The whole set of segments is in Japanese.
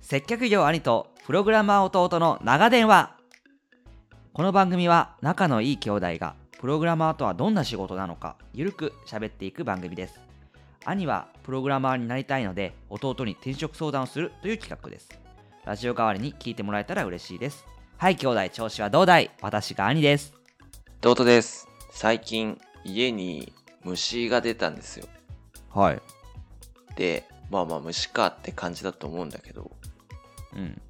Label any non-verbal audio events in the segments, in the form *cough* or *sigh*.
接客業兄とプログラマー弟の長電話この番組は仲のいい兄弟がプログラマーとはどんな仕事なのかゆるく喋っていく番組です兄はプログラマーになりたいので弟に転職相談をするという企画ですラジオ代わりに聞いてもらえたら嬉しいですはい兄弟調子はどうだい私が兄です弟です最近家に虫が出たんですよはいでまあまあ虫かって感じだと思うんだけどうん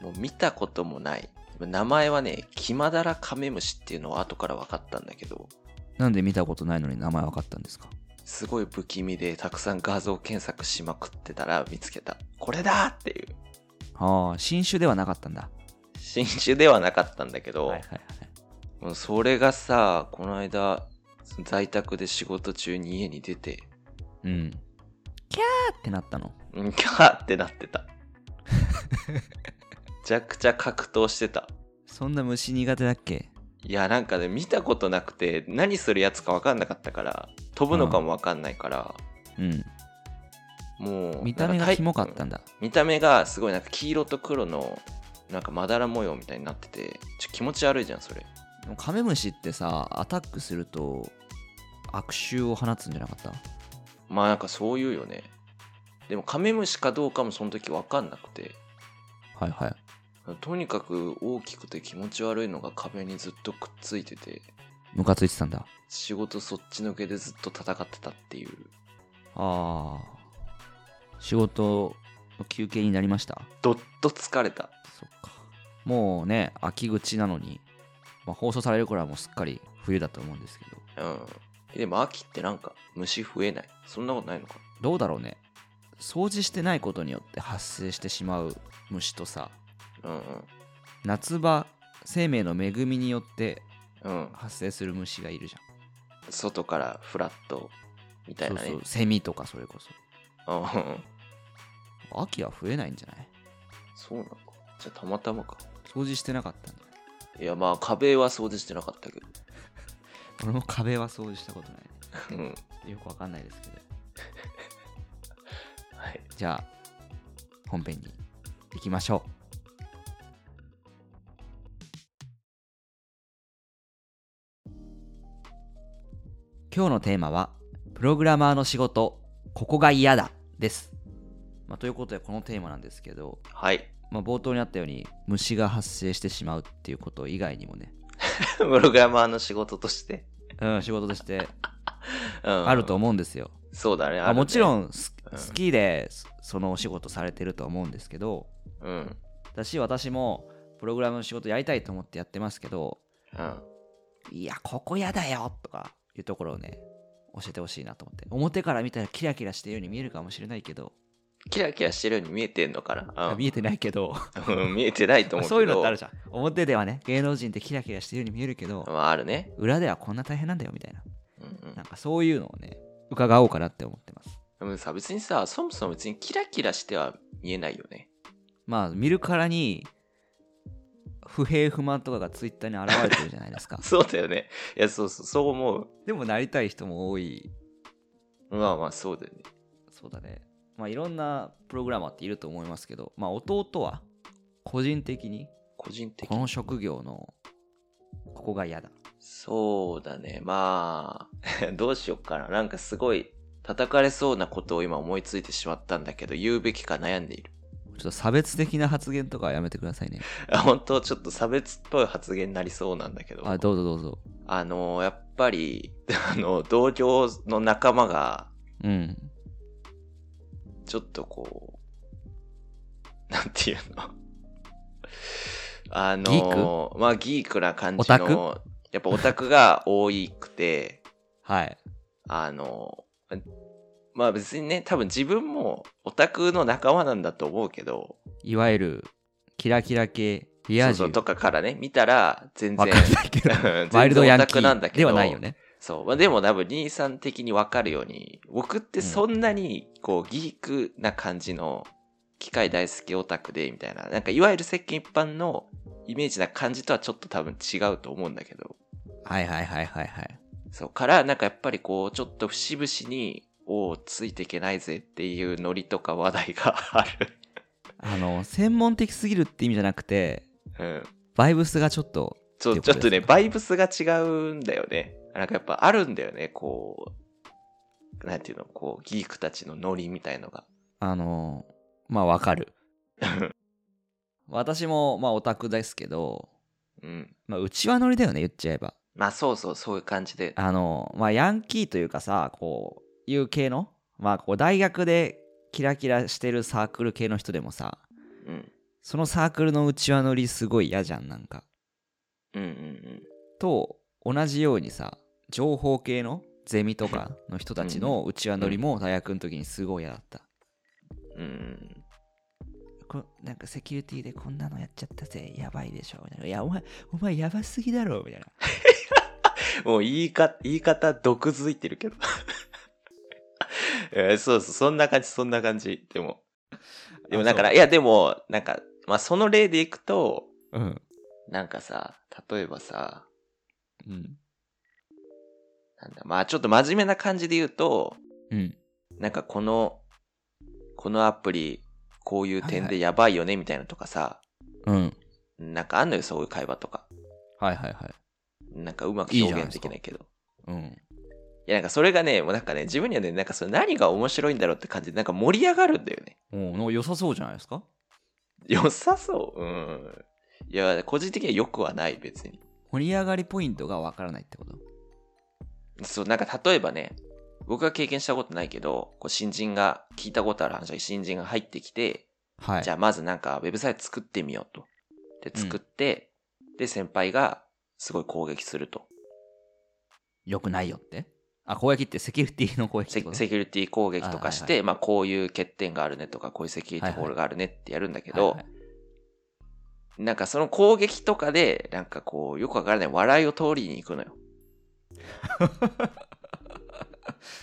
もう見たこともない名前はねキマダラカメムシっていうのは後から分かったんだけどなんで見たことないのに名前わかったんですかすごい不気味でたくさん画像検索しまくってたら見つけたこれだっていうああ新種ではなかったんだ新種ではなかったんだけど、はいはいはいもうそれがさこの間在宅で仕事中に家に出てうんキャーってなったのうんキャーってなってた *laughs* めちゃくちゃ格闘してたそんな虫苦手だっけいやなんかね見たことなくて何するやつか分かんなかったから飛ぶのかも分かんないから、うんもう見た目なんが体キモかったんだ見た目がすごいなんか黄色と黒のなんかまだら模様みたいになっててちょ気持ち悪いじゃんそれでもカメムシってさアタックすると悪臭を放つんじゃなかったまあなんかそういうよねでもカメムシかどうかもその時分かんなくてはいはいとにかく大きくて気持ち悪いのが壁にずっとくっついててムカついてたんだ仕事そっちのけでずっと戦ってたっていうああ仕事の休憩になりましたどっと疲れたそっかもうね秋口なのに、まあ、放送される頃はもうすっかり冬だと思うんですけどうんでも秋ってなんか虫増えないそんなことないのかどうだろうね掃除してないことによって発生してしまう虫とさうん夏場生命の恵みによってうんうん発生する虫がいるじ外からフラットみたゃいん、なねそうそうセミとかそれこうんうんそ秋は増えないんじゃないそうなのかじゃあたまたまか掃除してなかったんだよいやまあ壁は掃除してなかったけど俺も壁は掃除したことなうんいよくわかんないですけどはいじゃあ本編に行きましょう今日のテーマはプログラマーの仕事ここが嫌だです、まあ、ということでこのテーマなんですけど、はい *laughs* まあ、冒頭にあったように虫が発生してしまうっていうこと以外にもね、プログラマーの仕事として、うん、仕事としてうん、あると思うんですよ、そうだねまあ、もちんろんすうん好きでそそのお仕事されてると思うんですけどうんだし私もプログラムの仕事やりたいと思ってやってますけどうんいやここやだよとかいうところをね教えてほしいなと思って表から見たらキラキラしてるように見えるかもしれないけど、キラキラしてるように見えてんのかな、うん、見えてないけどうん見えてないと思うけど *laughs* そういうのってあるじゃん表ではね芸能人ってキラキラしてるように見えるけど、まああるね、裏ではこんな大変なんだよみたいなうんうんなんかそういうのをね伺おうかなって思ってますでもさ別にさそもそも別にキラキラしては見えないよね *laughs* まあ見るからに不平不満とかがツイッターに現れてるじゃないです *laughs* かそうだよねいやそうそうそう思うでもなりたい人も多いまあまあそうだよねそうだねまあいろんなプログラマーっていると思いますけどまあ弟は個人的に個人的この職業のここが嫌だそうだね。まあ、 *laughs* どうしよっかな。なんかすごい叩かれそうなことを今思いついてしまったんだけど、言うべきか悩んでいる。 *laughs* ちょっと差別的な発言とかはやめてくださいねあ本当ちょっと差別っぽい発言になりそうなんだけど。あどうぞどうぞあの、やっぱり、 *laughs* あの、同僚の仲間が、うんちょっとこう、なんていうの。あギのー、まあ、ギークな感オじタクの、やっぱオタクが多いくて、はいあの、まあ別にね、多分自分もオタクの仲間なんだと思うけど、いわゆるキラキラ系リアそうそ充うとかからね、見たら *laughs* 全わ然か、んないけど全ワイルド然ヤオンタキクなんだーけど、ではないよねそう。まあでも多分兄さん的にわかるように、僕ってそんなにこうギークな感じの機械大好きオタクで、みたいな、なんかいわゆる世間一般のイメージな感じとはちょっと多分違うと思うんだけど、はいはいはいはいはいそうから、なんかやっぱりこう、ちょっと節 *laughs* 々に、おーついていけないぜっていうノリとか話題がある。あの専門的すぎるって意味じゃなくてうん。バイブスがちょっとそう、ってちいうょことっとでね、すかバイブスが違うんだよね。なんかやっぱあるんだよね、こう、なんていうの、こう、ギークたちのノリみたいのが。あのまあわかる私もまあオタクですけどうん。まあうちわノリだよね言っちゃえばまあそうそう、そういう感じで。あのまあヤンキーというかさこういう系のまあこう大学でキラキラしてるサークル系の人でもさうん。そのサークルのうちわノリすごい嫌じゃんなんかうんうんうん。と同じようにさ情報系のゼミとかの人たちのうちわノリも大学の時にすごい嫌だった、うんうん。こなんかセキュリティでこんなのやっちゃったぜやばいでしょみたいないやお前お前やばすぎだろみたいなもう言い方、言い方、毒づいてるけど。 *laughs* えーそうそう、そんな感じ、そんな感じ。でも。でもだから、いやでも、なんか、まあその例でいくと、うんなんかさ、例えばさ、うんなんだ、まあちょっと真面目な感じで言うと、うんなんかこの、このアプリ、こういう点でやばいよねみたいなとかさ、うんなんかあんのよ、そういう会話とか。はいはいはいなんかうまく表現できないけど。いうんや、なんかそれがね、もうなんかね、自分にはね、なんかそれ何が面白いんだろうって感じで、なんか盛り上がるんだよね。おうなんか良さそうじゃないですか良さそう。うん。いや、個人的には良くはない、別に。盛り上がりポイントがわからないってことそう、なんか例えばね、僕が経験したことないけど、こう新人が、聞いたことある話だけど新人が入ってきて、はいじゃあまずなんかウェブサイト作ってみようと。で、作って、で、先輩がすごい攻撃すると。良くないよってあ攻撃ってセキュリティの攻撃ってセことセキュリティ攻撃とかして、あはまあこういう欠点があるねとか、こういうセキュリティホールがあるねってやるんだけど、はいはいなんかその攻撃とかで、なんかこう、よくわからない笑いを通りに行くのよ。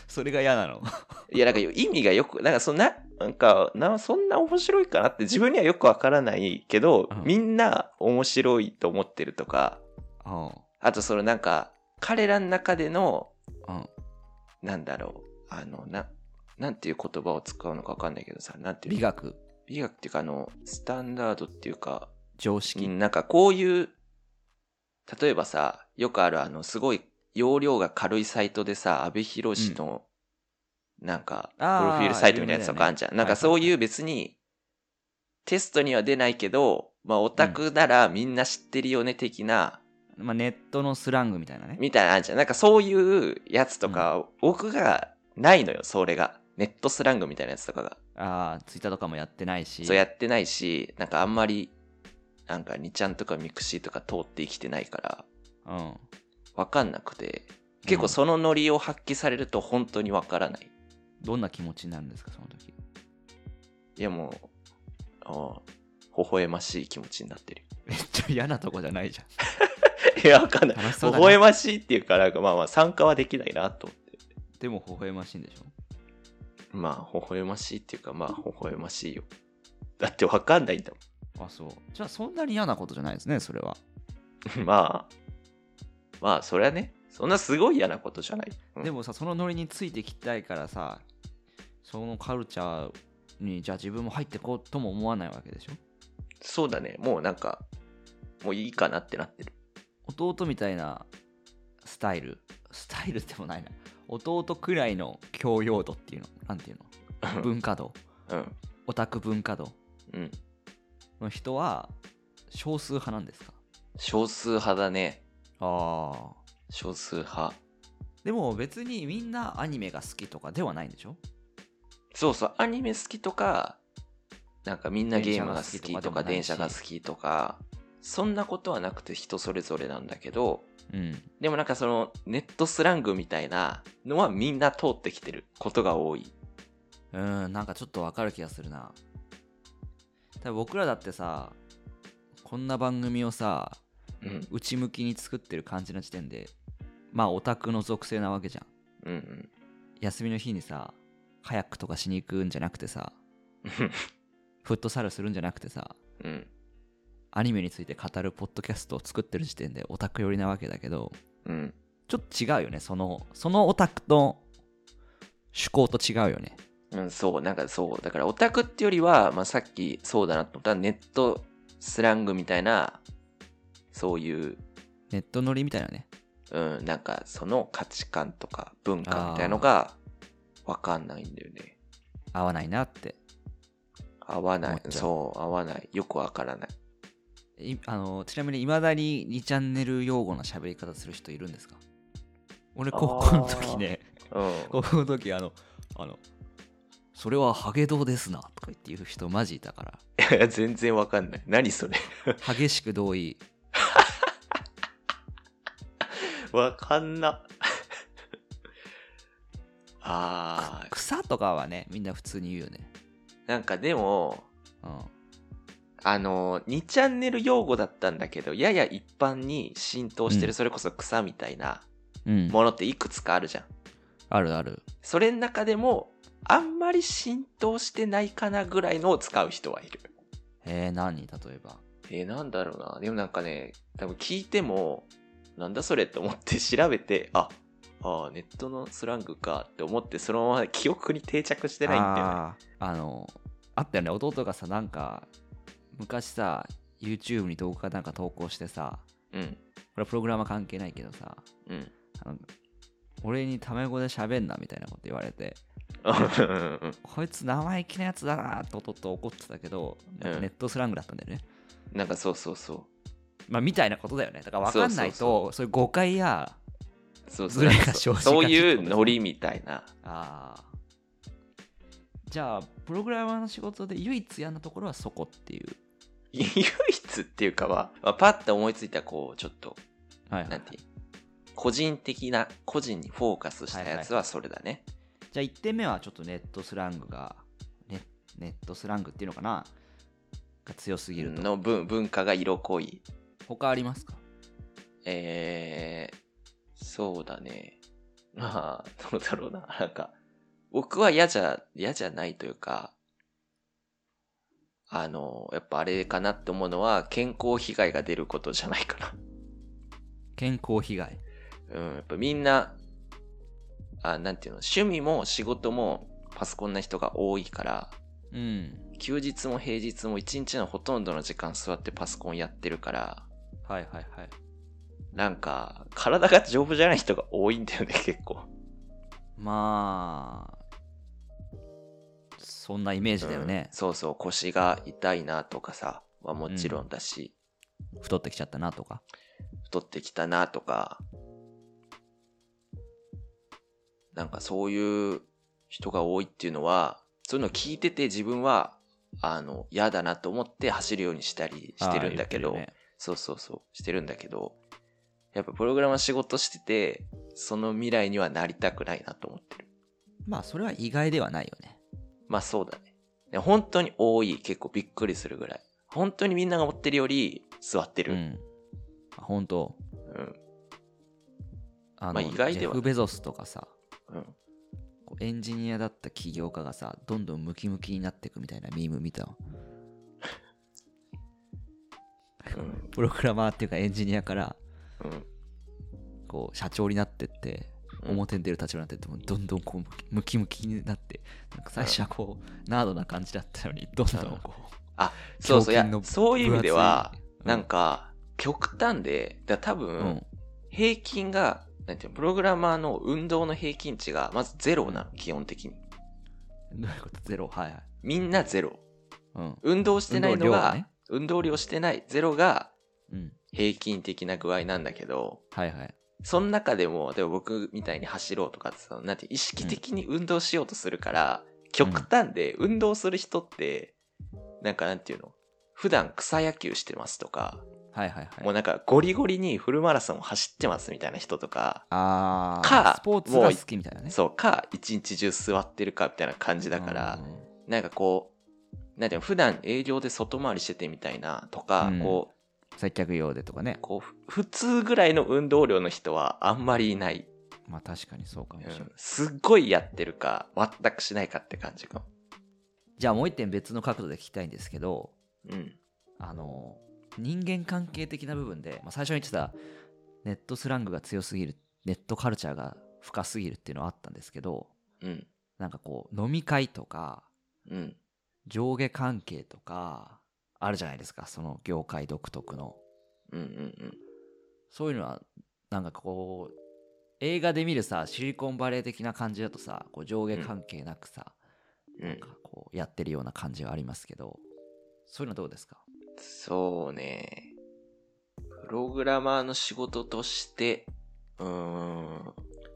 それが嫌なの *laughs* いや、なんか意味がよく、なんかそんな、なんか、なそんな面白いかなって自分にはよくわからないけど、うんみんな面白いと思ってるとか、うあとそのなんか、彼らの中での、んうんなんだろう、あの、な、なんていう言葉を使うのかわかんないけどさ、なんていうの美学美学っていうか、あの、スタンダードっていうか、常う識、んなんかこういう、例えばさ、よくあるあの、すごい容量が軽いサイトでさ、阿部寛の、なんか、プあーロフィールサイトみたいなやつとかあんじゃん。有名だなよねんかそういう別に、テストには出ないけど、まあオタクならみんな知ってるよね的な、まあ、ネットのスラングみたいなねみたいなのあんじゃん。なんかそういうやつとか、僕がないのよ、それが。ネットスラングみたいなやつとかが。ああツイッターとかもやってないしそうやってないし、なんかあんまり、なんか2ちゃんとかミクシーとか通ってきてないから、うんわかんなくて、結う構んそのノリを発揮されると本当にわからない。どんな気持ちになるんですかその時 *laughs* いやもう、ああ微笑ましい気持ちになってる。 *laughs* めっちゃ嫌なとこじゃないじゃいや、わかんない。ん楽し微そうだ、笑ね、ましいっていうか、なんかまあまあ参加はできないなと思って。でも微笑ましいんでしょまあ、微笑ましいっていうか、まあ、微笑ましいよ。だってわかんないんだあそうじゃあそんなに嫌なことじゃないですねそれは、 *laughs* もん。まあ、まあ、それはね、そんなすごい嫌なことじゃない。うんでもさそのノリについてきたいからさそのカルチャーにじゃあ自分も入ってこうとも思わないわけでしょそうだね、もうなんか、もういいかなってなってる。弟みたいなスタイルスタイルでもないな弟くらいの教養度っていうのなんていうの文化度 *laughs* うん。オタク文化度うん。の人は少数派なんですか少数派だね。ああ少数派。でも別にみんなアニメが好きとかではないんでしょそうそう、アニメ好きとか、なんかみんなゲームが好きとか、電電車車がが好好きとか、そんなことはなくて人それぞれなんだけど、うんでもなんかそのネットスラングみたいなのはみんな通ってきてることが多い。うんなんかちょっとわかる気がするな多分僕らだってさこんな番組をさうん。内向きに作ってる感じの時点でまあオタクの属性なわけじゃんうんうん。休みの日にさカヤックとかしに行くんじゃなくて *laughs* さうんフットサルするんじゃなくてさうん。アニメについて語るポッドキャストを作ってる時点でオタク寄りなわけだけどうん。ちょっと違うよねそのそのオタクの趣向と違うよねうん、そう、なんかそう。だからオタクってよりは、まあ、さっきそうだなと思ったネットスラングみたいな、そういう、ネット乗りみたいなね。うん、なんかその価値観とか文化みたいのがわかんないんだよね。合わないなって。合わな思いっ。ちゃうそう、合わない。よくわからない。いあのちなみにいまだに2チャンネル用語の喋り方する人いるんですか俺高校の時ね、 *laughs* うん。高校の時あの、あの、それはハゲどうですなとか言って言う人マジいたから。いや、全然わかんない。 *laughs* 何それ。 *laughs* 激しく同意。わかんな。 *laughs* あー、草とかはね、みんな普通に言うよね。なんかでも、うん。あの、2チャンネル用語だったんだけど、やや一般に浸透してうる、んそれこそ草みたいなうん、ものっていくつかあるじゃん。あるある。それの中でも、あんまり浸透してないかなぐらいのを使う人はいる。えー、何例えば。えー、なんだろうな。でもなんかね、多分聞いても、なんだそれって思って調べて、あ、あーネットのスラングかって思って、そのまま記憶に定着してないんだよね。あーあの、あったよね、弟がさ、なんか、昔さ、YouTube に動画なんか投稿してさ、うん、これはプログラマー関係ないけどさ、うん。あの俺にタメ語で喋んなみたいなこと言われて、うんこいつ生意気なやつだなととっと怒ってたけど、なんかネットスラングだったんだよね。なんかそうそうそう。まあ、みたいなことだよね。だから分かんないと、そうそういう誤解や、そうズレが生じがちそういうノリみたいな。 *laughs* あーじゃあ、プログラマーの仕事で唯一嫌なところはそこっていう。唯一っていうかは、まあ、パッと思いついたこうちょっとはいなんていう個人的な個人にフォーカスしたやつはそれだね、じゃあ、1点目はちょっとネットスラングが、ネネットスラングっていうのかなが強すぎると。の文文化が色濃い他ありますかえー、そうだねまあどうだろうな *laughs* なんか僕は嫌じゃ嫌じゃないというかあのやっぱあれかなって思うのは健康被害が出ることじゃないかな *laughs* 健康被害。うん、やっぱみんな、あ、なんていうの、趣味も仕事もパソコンな人が多いから、うん。休日も平日も一日のほとんどの時間座ってパソコンやってるから、はいはいはい。なんか、体が丈夫じゃない人が多いんだよね、結構。まあ、そんなイメージだよねうん。そうそう、腰が痛いなとかさ、はもちろんだし、太ってきちゃったなとか。太ってきたなとか、なんかそういう人が多いっていうのは、そういうのを聞いてて自分は、あの、嫌だなと思って走るようにしたりしてるんだけあど、ー言ってるよねそうそうそう、してるんだけど、やっぱプログラマー仕事してて、その未来にはなりたくないなと思ってる。まあ、それは意外ではないよね。まあそうだね。ね本当に多い、結構びっくりするぐらい。本当にみんなが持ってるより座ってうる。ん。あ本当うん。あの、まあ意外ではないジェフ・ベゾスとかさ、うん。こうエンジニアだった起業家がさ、どんどんムキムキになっていくみたいなミーム見たわ。うん。プログラマーっていうかエンジニアから、うん。こう、社長になってって、うん表に出る立場になってってもどんどんこうムキムキムキになってなんか最初はこうナードな感じだったのにどんどんこそうそう、い胸や筋の、そうういう意味では、分厚いなんか、極端で、だから多う分、んうん平均が、なんていうの、プログラマーの運動の平均値が、まずゼロなの、基本的に。どういうことゼロはいはいみんなゼロ。うん運動してないの運動量ががね、運動量してない、ゼロがうん平均的な具合なんだけど、はいはいその中でも、でも僕みたいに走ろうとかってそのなんていう意識的に運動しようとするから、極端で運動する人って、なんかなんていうの、普段草野球してますとか、はいはいはいもうなんかゴリゴリにフルマラソンを走ってますみたいな人とか、あーかスポーツが好きみたいなねそうか、一日中座ってるかみたいな感じだから、うんなんかこう、なんていうの、普段営業で外回りしててみたいなとか、うんこ接客用でとかねう、こう、ふ普通ぐらいの運動量の人はあんまりいない。まあ確かにそうかもしうれない、んすっごいやってるか、全くしないかって感じかも。じゃあもう一点別の角度で聞きたいんですけどうん。あの人間関係的な部分で、まあ、最初に言ってたネットスラングが強すぎるネットカルチャーが深すぎるっていうのはあったんですけどうん。なんかこう、飲み会とか、うん。上下関係とか、あるじゃないですか、その業界独特の。うんうんそういうのは、なんかこう、映画で見るさ、シリコンバレー的な感じだとさ、こう上下関係なくさ、うん。うなんんか。こう、やってるような感じはありますけど、そういうのどうですかそうね。プログラマーの仕事として、うーん。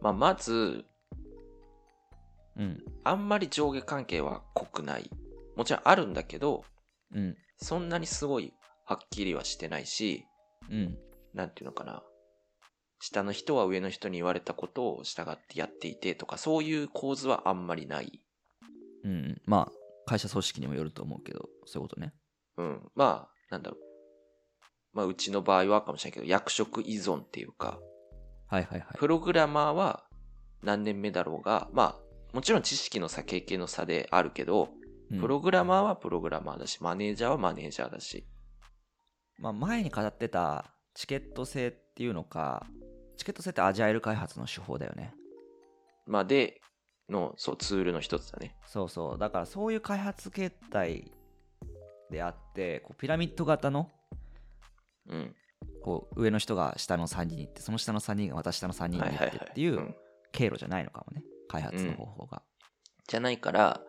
まあ、まず、うん、あんまり上下関係は濃くない。もちろんあるんだけど、うん、そんなにすごいはっきりはしてないし、うん、なんていうのかな。下の人は上の人に言われたことを従ってやっていてとか、そういう構図はあんまりない。うんうん。まあ、会社組織にもよると思うけど、そういうことね。うん。まあ、なんだろう。まあ、うちの場合はかもしれないけど、役職依存っていうか、はいはいはい。プログラマーは何年目だろうが、まあ、もちろん知識の差、経験の差であるけど、うんプログラマーはプログラマーだし、マネージャーはマネージャーだし。まあ、前に語ってたチケット制っていうのか、チケット制ってアジャイル開発の手法だよね。まあ、で、の、そう、ツールの一つだね。そうそう。だからそういう開発形態であって、こうピラミッド型のうん。こう上の人が下の3人に行って、その下の3人がまた下の3人には行いはいはってい。っていうん経路じゃないのかもね。開発の方法が。じゃないから、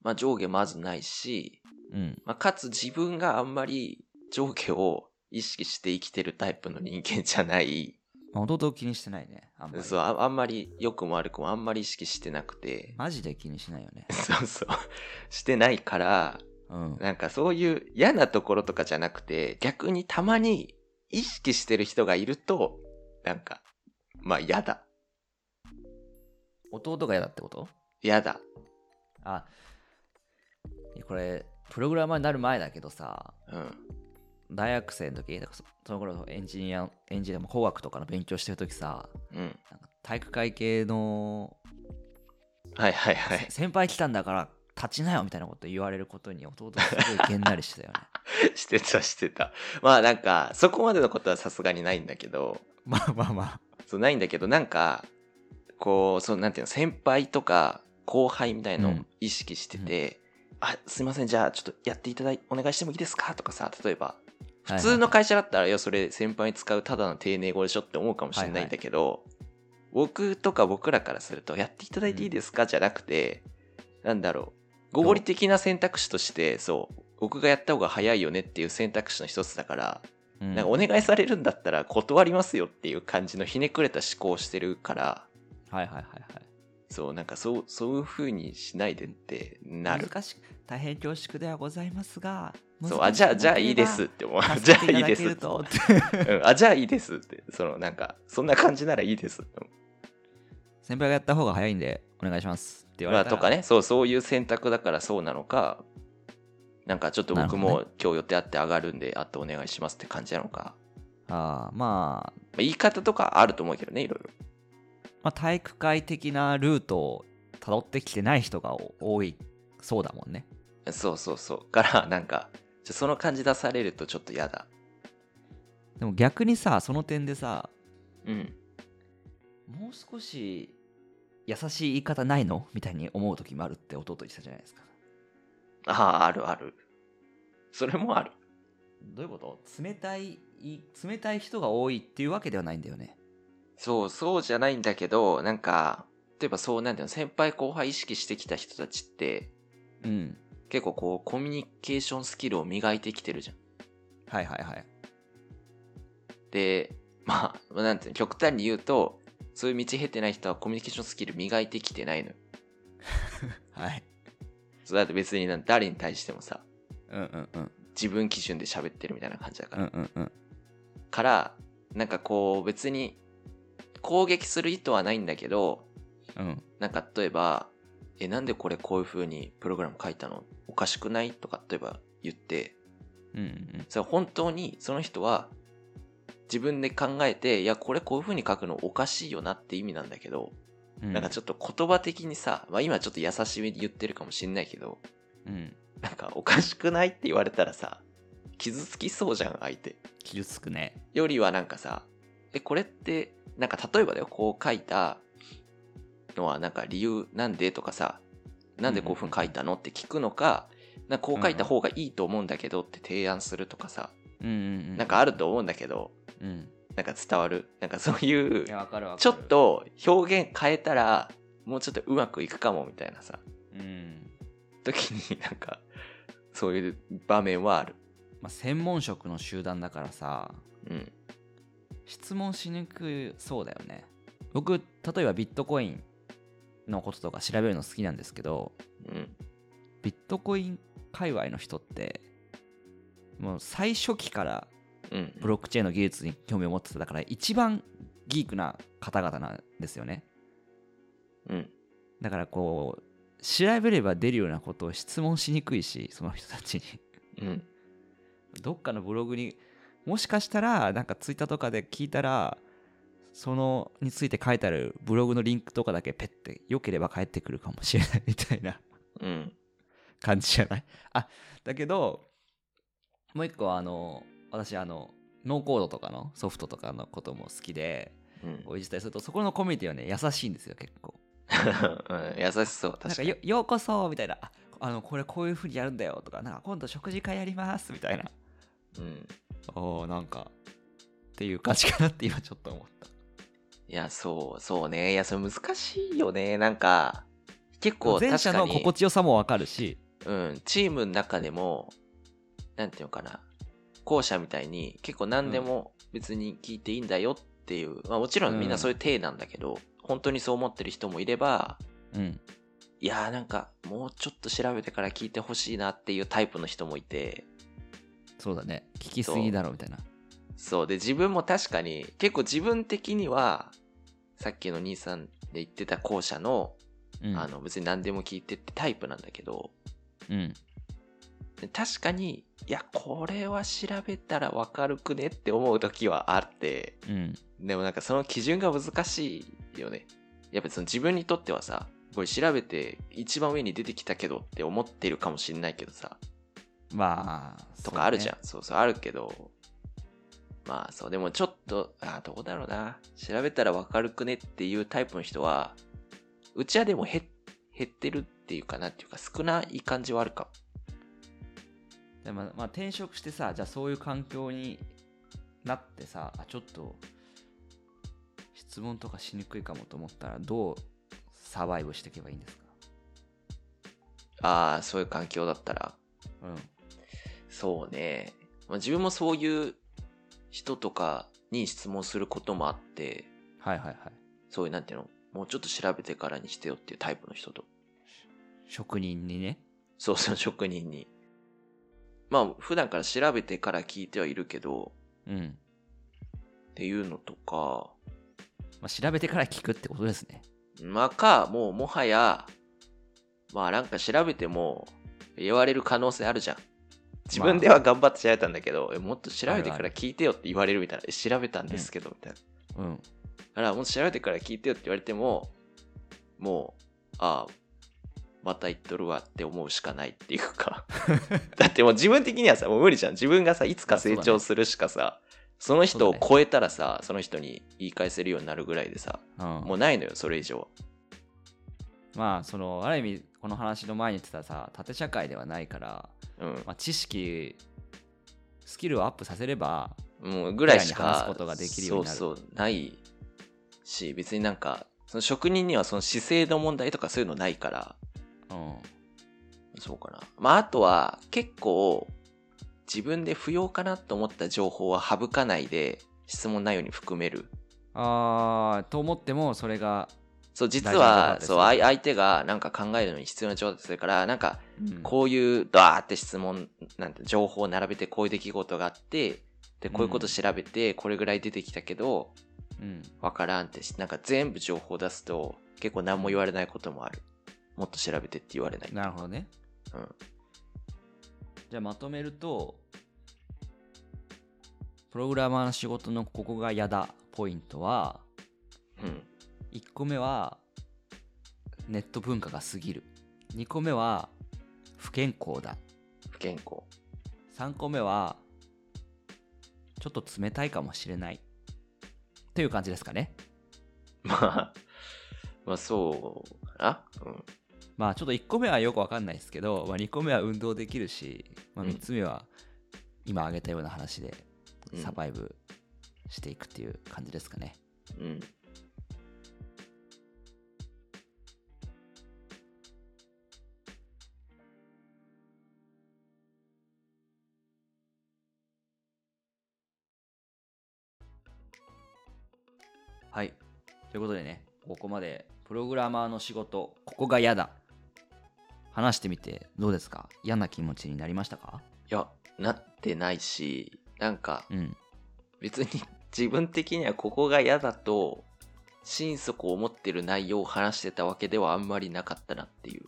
まあ、上下まずないし、うん。まあ、かつ自分があんまり上下を意識して生きてるタイプの人間じゃない。まあ、弟気にしてないね。あんまり。そうああんまり良くも悪くもあんまり意識してなくてマジで気にしないよね。 *laughs* そうそうしてないからうん。なんかそういう嫌なところとかじゃなくて逆にたまに意識してる人がいるとなんかまあ嫌だ弟が嫌だってこと嫌だあ、いやこれ、プログラマーになる前だけどさ、うん大学生の時だからそその頃エンジニアエンジニアも工学とかの勉強してる時さうんなんか体育会系の、はいはいはせ *laughs* い先輩来たんだから立ちなよみたいなこと言われることに弟すごいげんなりしてたよ *laughs* ねしてたしてたまあなんかそこまでのことはさすがにないんだけどまあまあまあそうないんだけどなんかこうそうなんていうの先輩とか後輩みたいのをうん意識してて「あすいませんじゃあちょっとやっていただいお願いしてもいいですか?」とかさ例えば普通の会社だったら「いやそれ先輩に使うただの丁寧語でしょ」って思うかもしれないんだけど、僕とか僕らからすると「やっていただいていいですか?」じゃなくてなんだろう合理的な選択肢としてそう僕がやった方が早いよねっていう選択肢の一つだからうんなんかお願いされるんだったら断りますよっていう感じのひねくれた思考をしてるから、はいはいはいそう、なんかそう、そういう風にしないでってなはいる。難しく大変恐縮ではございますがそう、あ、じゃあ、じゃあいいですって思う。 *laughs* じじゃゃああいいいいでですすっるて。 *laughs* とうん、あ、じゃあいいですって。その、なんか、そんな感じならいいですって思先輩がやった方が早いんでお願いしますって言う。われまあ、たら、とかね、そう、そういう選択だからそうなのか、なんかちょっと僕なるもほ今日予定あって上がるんで、あとお願いしますって感じなのか。あーまあまあ言い方とかあると思うけどね、いろいろ。まあ、体育会的なルートをたどってきてない人が多いそうだもんね。そうそうそう。から、なんか、ちょその感じ出されるとちょっと嫌だ。でも逆にさその点でさうん。もう少し優しい言い方ないのみたいに思う時もあるって弟言ってたじゃないですか。ああ、あるある。それもある。どういうこと冷たいい冷たい人が多いっていうわけではないんだよね。そう、そうじゃないんだけど、なんか、例えばそうなんだよ。先輩後輩意識してきた人たちって、うん。結構こう、コミュニケーションスキルを磨いてきてるじゃん。はいはいはい。で、まあ、なんていうの、極端に言うと、そういう道経てない人はコミュニケーションスキル磨いてきてないのよ。はい。そうだって別になん誰に対してもさ、うんうんうん。自分基準で喋ってるみたいな感じだかうんら。うんうん。から、なんかこう、別に攻撃する意図はないんだけど、うん。なんか例えば、え、なんでこれこういう風にプログラム書いたのおかしくないとか例えば言って、うんうんそれ本当にその人は自分で考えて、いや、これこういう風に書くのおかしいよなって意味なんだけど、うん。なんかちょっと言葉的にさ、まあ今ちょっと優しめに言ってるかもしんないけど、うん。なんかおかしくないって言われたらさ、傷つきそうじゃん、相手。傷つくね。よりはなんかさ、え、これって、なんか例えばだよ、こう書いた、のはなんか理由なんでとかさなんでこういうふうに書いたのって聞くのかなんかこう書いた方がいいと思うんだけどって提案するとかさうんうんなんかあると思うんだけどうんなんか伝わるなんかそういういやわかるわかるちょっと表現変えたらもうちょっとうまくいくかもみたいなさうん時になんかそういう場面はあるまあ専門職の集団だからさうん質問しにくそうだよね僕例えばビットコインのこととか調べるの好きなんですけどうんビットコイン界隈の人ってもう最初期からうんブロックチェーンの技術に興味を持ってただから一番ギークな方々なんですよねうんだからこう調べれば出るようなことを質問しにくいしその人たちにうんどっかのブログにもしかしたらなんかツイッターとかで聞いたらそのについて書いてあるブログのリンクとかだけペッて良ければ返ってくるかもしれないみたいな *laughs* うん感じじゃないあだけどもう一個はあの私あのノーコードとかのソフトとかのことも好きでうんおいじたりするとそこのコミュニティはね優しいんですよ結構うん優しそうなん確かかによようこそみたいなああのこれこういうふうにやるんだよとかなんか今度食事会やりますみたいなうんおーなんかっていう感じかなって今ちょっと思ったいやそうそうねいやそれ難しいよねなんか結構前確者かのに心地よさもわかるしうん、チームの中でも、なんていうのかな、後者みたいに結構何でも別に聞いていいんだよっていう、まあもちろんみんなそういう体なんだけど、本当にそう思ってる人もいれば、うんいやーなんかもうちょっと調べてから聞いてほしいなっていうタイプの人もいて、そうだね聞きすぎだろみたいなそうで自分も確かに結構自分的には、さっきの兄さんで言ってた後者の、うんあの別に何でも聞いてってタイプなんだけど、うんで確かに、いや、これは調べたらわかるくねって思う時はあって、うんでもなんかその基準が難しいよね。やっぱりその自分にとってはさ、これ調べて一番上に出てきたけどって思ってるかもしれないけどさ、まあとかあるじゃん。そそう,、そうあるけど、まあそう、でもちょっと、あーどうだろうな。調べたらわかるくねっていうタイプの人は、うちはでも減減ってるっていうかなっていうか少ない感じはあるかも。うねでまあまあ転職してさじゃあそういう環境になってさあちょっと質問とかしにくいかもと思ったらどうサバイブしていけばいいんですかああ、そういう環境だったら。うんそうね。まあ、自分もそういう人とかに質問することもあって、はいはいはいそういう、なんていうのもうちょっと調べてからにしてよっていうタイプの人と。職人にねそうそう、職人に。まあ、普段から調べてから聞いてはいるけど、うんっていうのとか、まあ、調べてから聞くってことですね。まあか、もうもはや、まあなんか調べても言われる可能性あるじゃん。自分では頑張って調べたんだけど、えもっと調べてから聞いてよって言われるみたいな。え調べたんですけど、みたいな。うん。だから、もし調べてから聞いてよって言われても、もう、ああ、また言っとるわって思うしかないっていう *laughs* か。だってもう自分的にはさ、もう無理じゃん。自分がさ、いつか成長するしかさ、その人を超えたらさ、その人に言い返せるようになるぐらいでさ、もう、うんないのよ、それ以上は。まあ、その、ある意味、この話の前に言ってたさ、縦社会ではないから、うん。まあ、知識、スキルをアップさせれば、もうぐらいしぐらいに話かすことができるようになるそうそうないし別になんかその職人にはその姿勢の問題とかそういうのないからうん。そうかなまああとは結構自分で不要かなと思った情報は省かないで質問内容に含めるあー、と思っても、それが、そう実大事な情報だっはたりするそうあい相手がなんか考えるのに必要な情報だったりするからなんかうんこういうダーって質問なんて情報を並べてこういう出来事があってでこういうこと調べてこれぐらい出てきたけど、うん。わからんってしなんか全部情報出すと結構何も言われないこともあるもっと調べてって言われないなるほどね。うんじゃあ、まとめると、プログラマーの仕事のここが嫌だポイントは、うん1個目はネット文化が過ぎる2個目は不健康だ不健康 *laughs* 3個目はちょっと冷たいかもしれないという感じですかねまあまあそうかな。うん。まあちょっと1個目はよくわかんないですけど、まあ、2個目は運動できるし、まあ、うん3つ目は今挙げたような話でうんサバイブしていくっていう感じですかね。うん。はい。ということでね、ここまでプログラマーの仕事、ここが嫌だ。話してみてどうですか嫌な気持ちになりましたかいや、なってないし、なんかうん。別に *laughs* 自分的にはここが嫌だと、心底思ってる内容を話してたわけではあんまりなかったなっていう。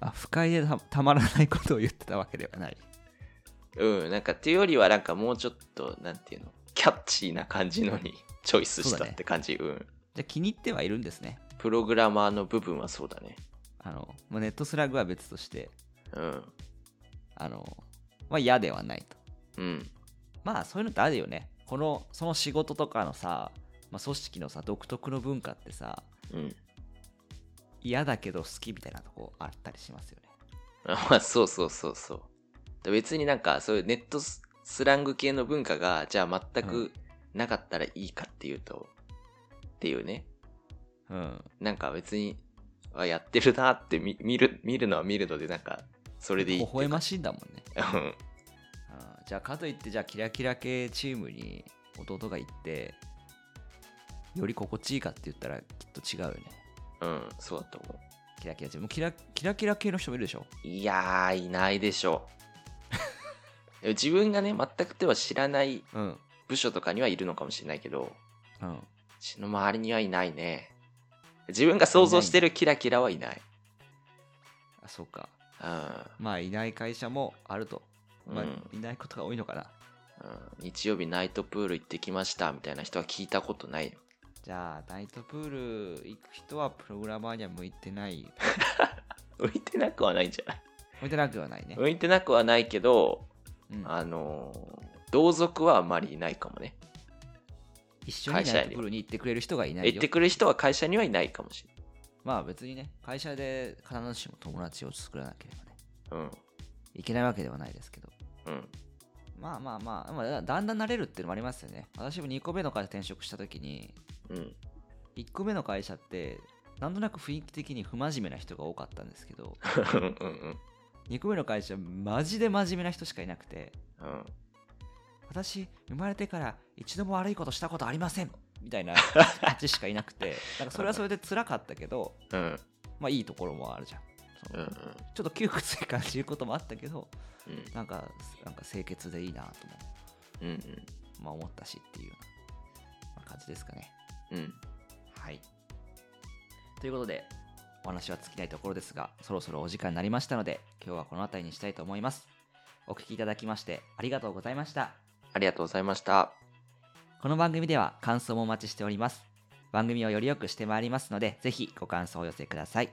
あ、不快でたたまらないことを言ってたわけではない。うん、なんかっていうよりはなんかもうちょっと、なんていうの、キャッチーな感じのにチョイスそうしだたねって感じ。うん。じゃあ気に入ってはいるんですね。プログラマーの部分はそうだね。あの、まあ、ネットスラッグは別として、うん。あの、まあ嫌ではないと。うん。まあそういうのってあるよね。この、その仕事とかのさ、まあ、組織のさ、独特の文化ってさ、うん。 *laughs* 嫌だけど好きみたいなとこあったりしますよね。あまあ、そうそうそうそう。別になんか、そういうネットススラング系の文化が、じゃあ全うくなかったらいいかっていうと、っていうね。うん。なんか別に、あやってるなって見見る、見るのは見るので、なんか、それでいい微ってい笑うか。ましいんだもんね。うんあーじゃあかといってじゃあキラキラ系チームに弟が行ってより心地いいかって言ったらきっと違うよねうん、そうだと思キラキラチームもうキラキラキラ系の人もいるでしょう。いやー、いないでし *laughs* ょう。でも自分がね、全くでは知らないうん部署とかにはいるのかもしれないけど、うん血の周りにはいないね。自分が想像してるキラキラはいない。あそうかうん。まあいない会社もあると、まあうんいないことが多いのかなうん日曜日ナイトプール行ってきましたみたいな人は聞いたことないよじゃあナイトプール行く人はプログラマーには向いてない向いてなくはないんじゃない向いてなくはないね、向いてなくはないけどうん、あのー同族はあまりいないかもね一緒に会社ナやイるトプよールに行ってくれる人がいないよ行ってくる人は会社にはいないかもしまあ別にね会社で必ずしも友達を作らなければねれないいけないわけではないですけどうんうんまあまあまあ、まあだだんだん慣れるっていうのもありますよね。私も2個目の会社転職した時に、うん1個目の会社って、なんとなく雰囲気的に不真面目な人が多かったんですけど、うんうん2個目の会社、マジで真面目な人しかいなくて、うん私、生まれてから一度も悪いことしたことありませんみ *laughs* たいなあっちしかいなくて、なんかそれはそれで辛かったけど、うんうんまあいいところもあるじゃん。そうんのちょっと窮屈に感じることもあったけど、うんなんか、なんか清潔でいいなとも、うんまあ、思ったしっていうようなまあ感じですかね。うんはい。ということで、お話は尽きないところですが、そろそろお時間になりましたので、今日はこの辺りにしたいと思います。お聞きいただきましてありがとうございました。ありがとうございましたこの番組では感想もお待ちしております。番組をより良くしてまいりますので、ぜひご感想をお寄せください。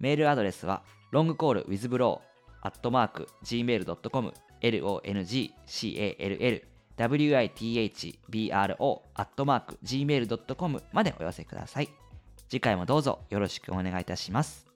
メールアドレスは、ロングコール withblow アットマーク gmail.com longcall withbro アットマーク gmail.com までお寄せください。次回もどうぞよろしくお願いいたします。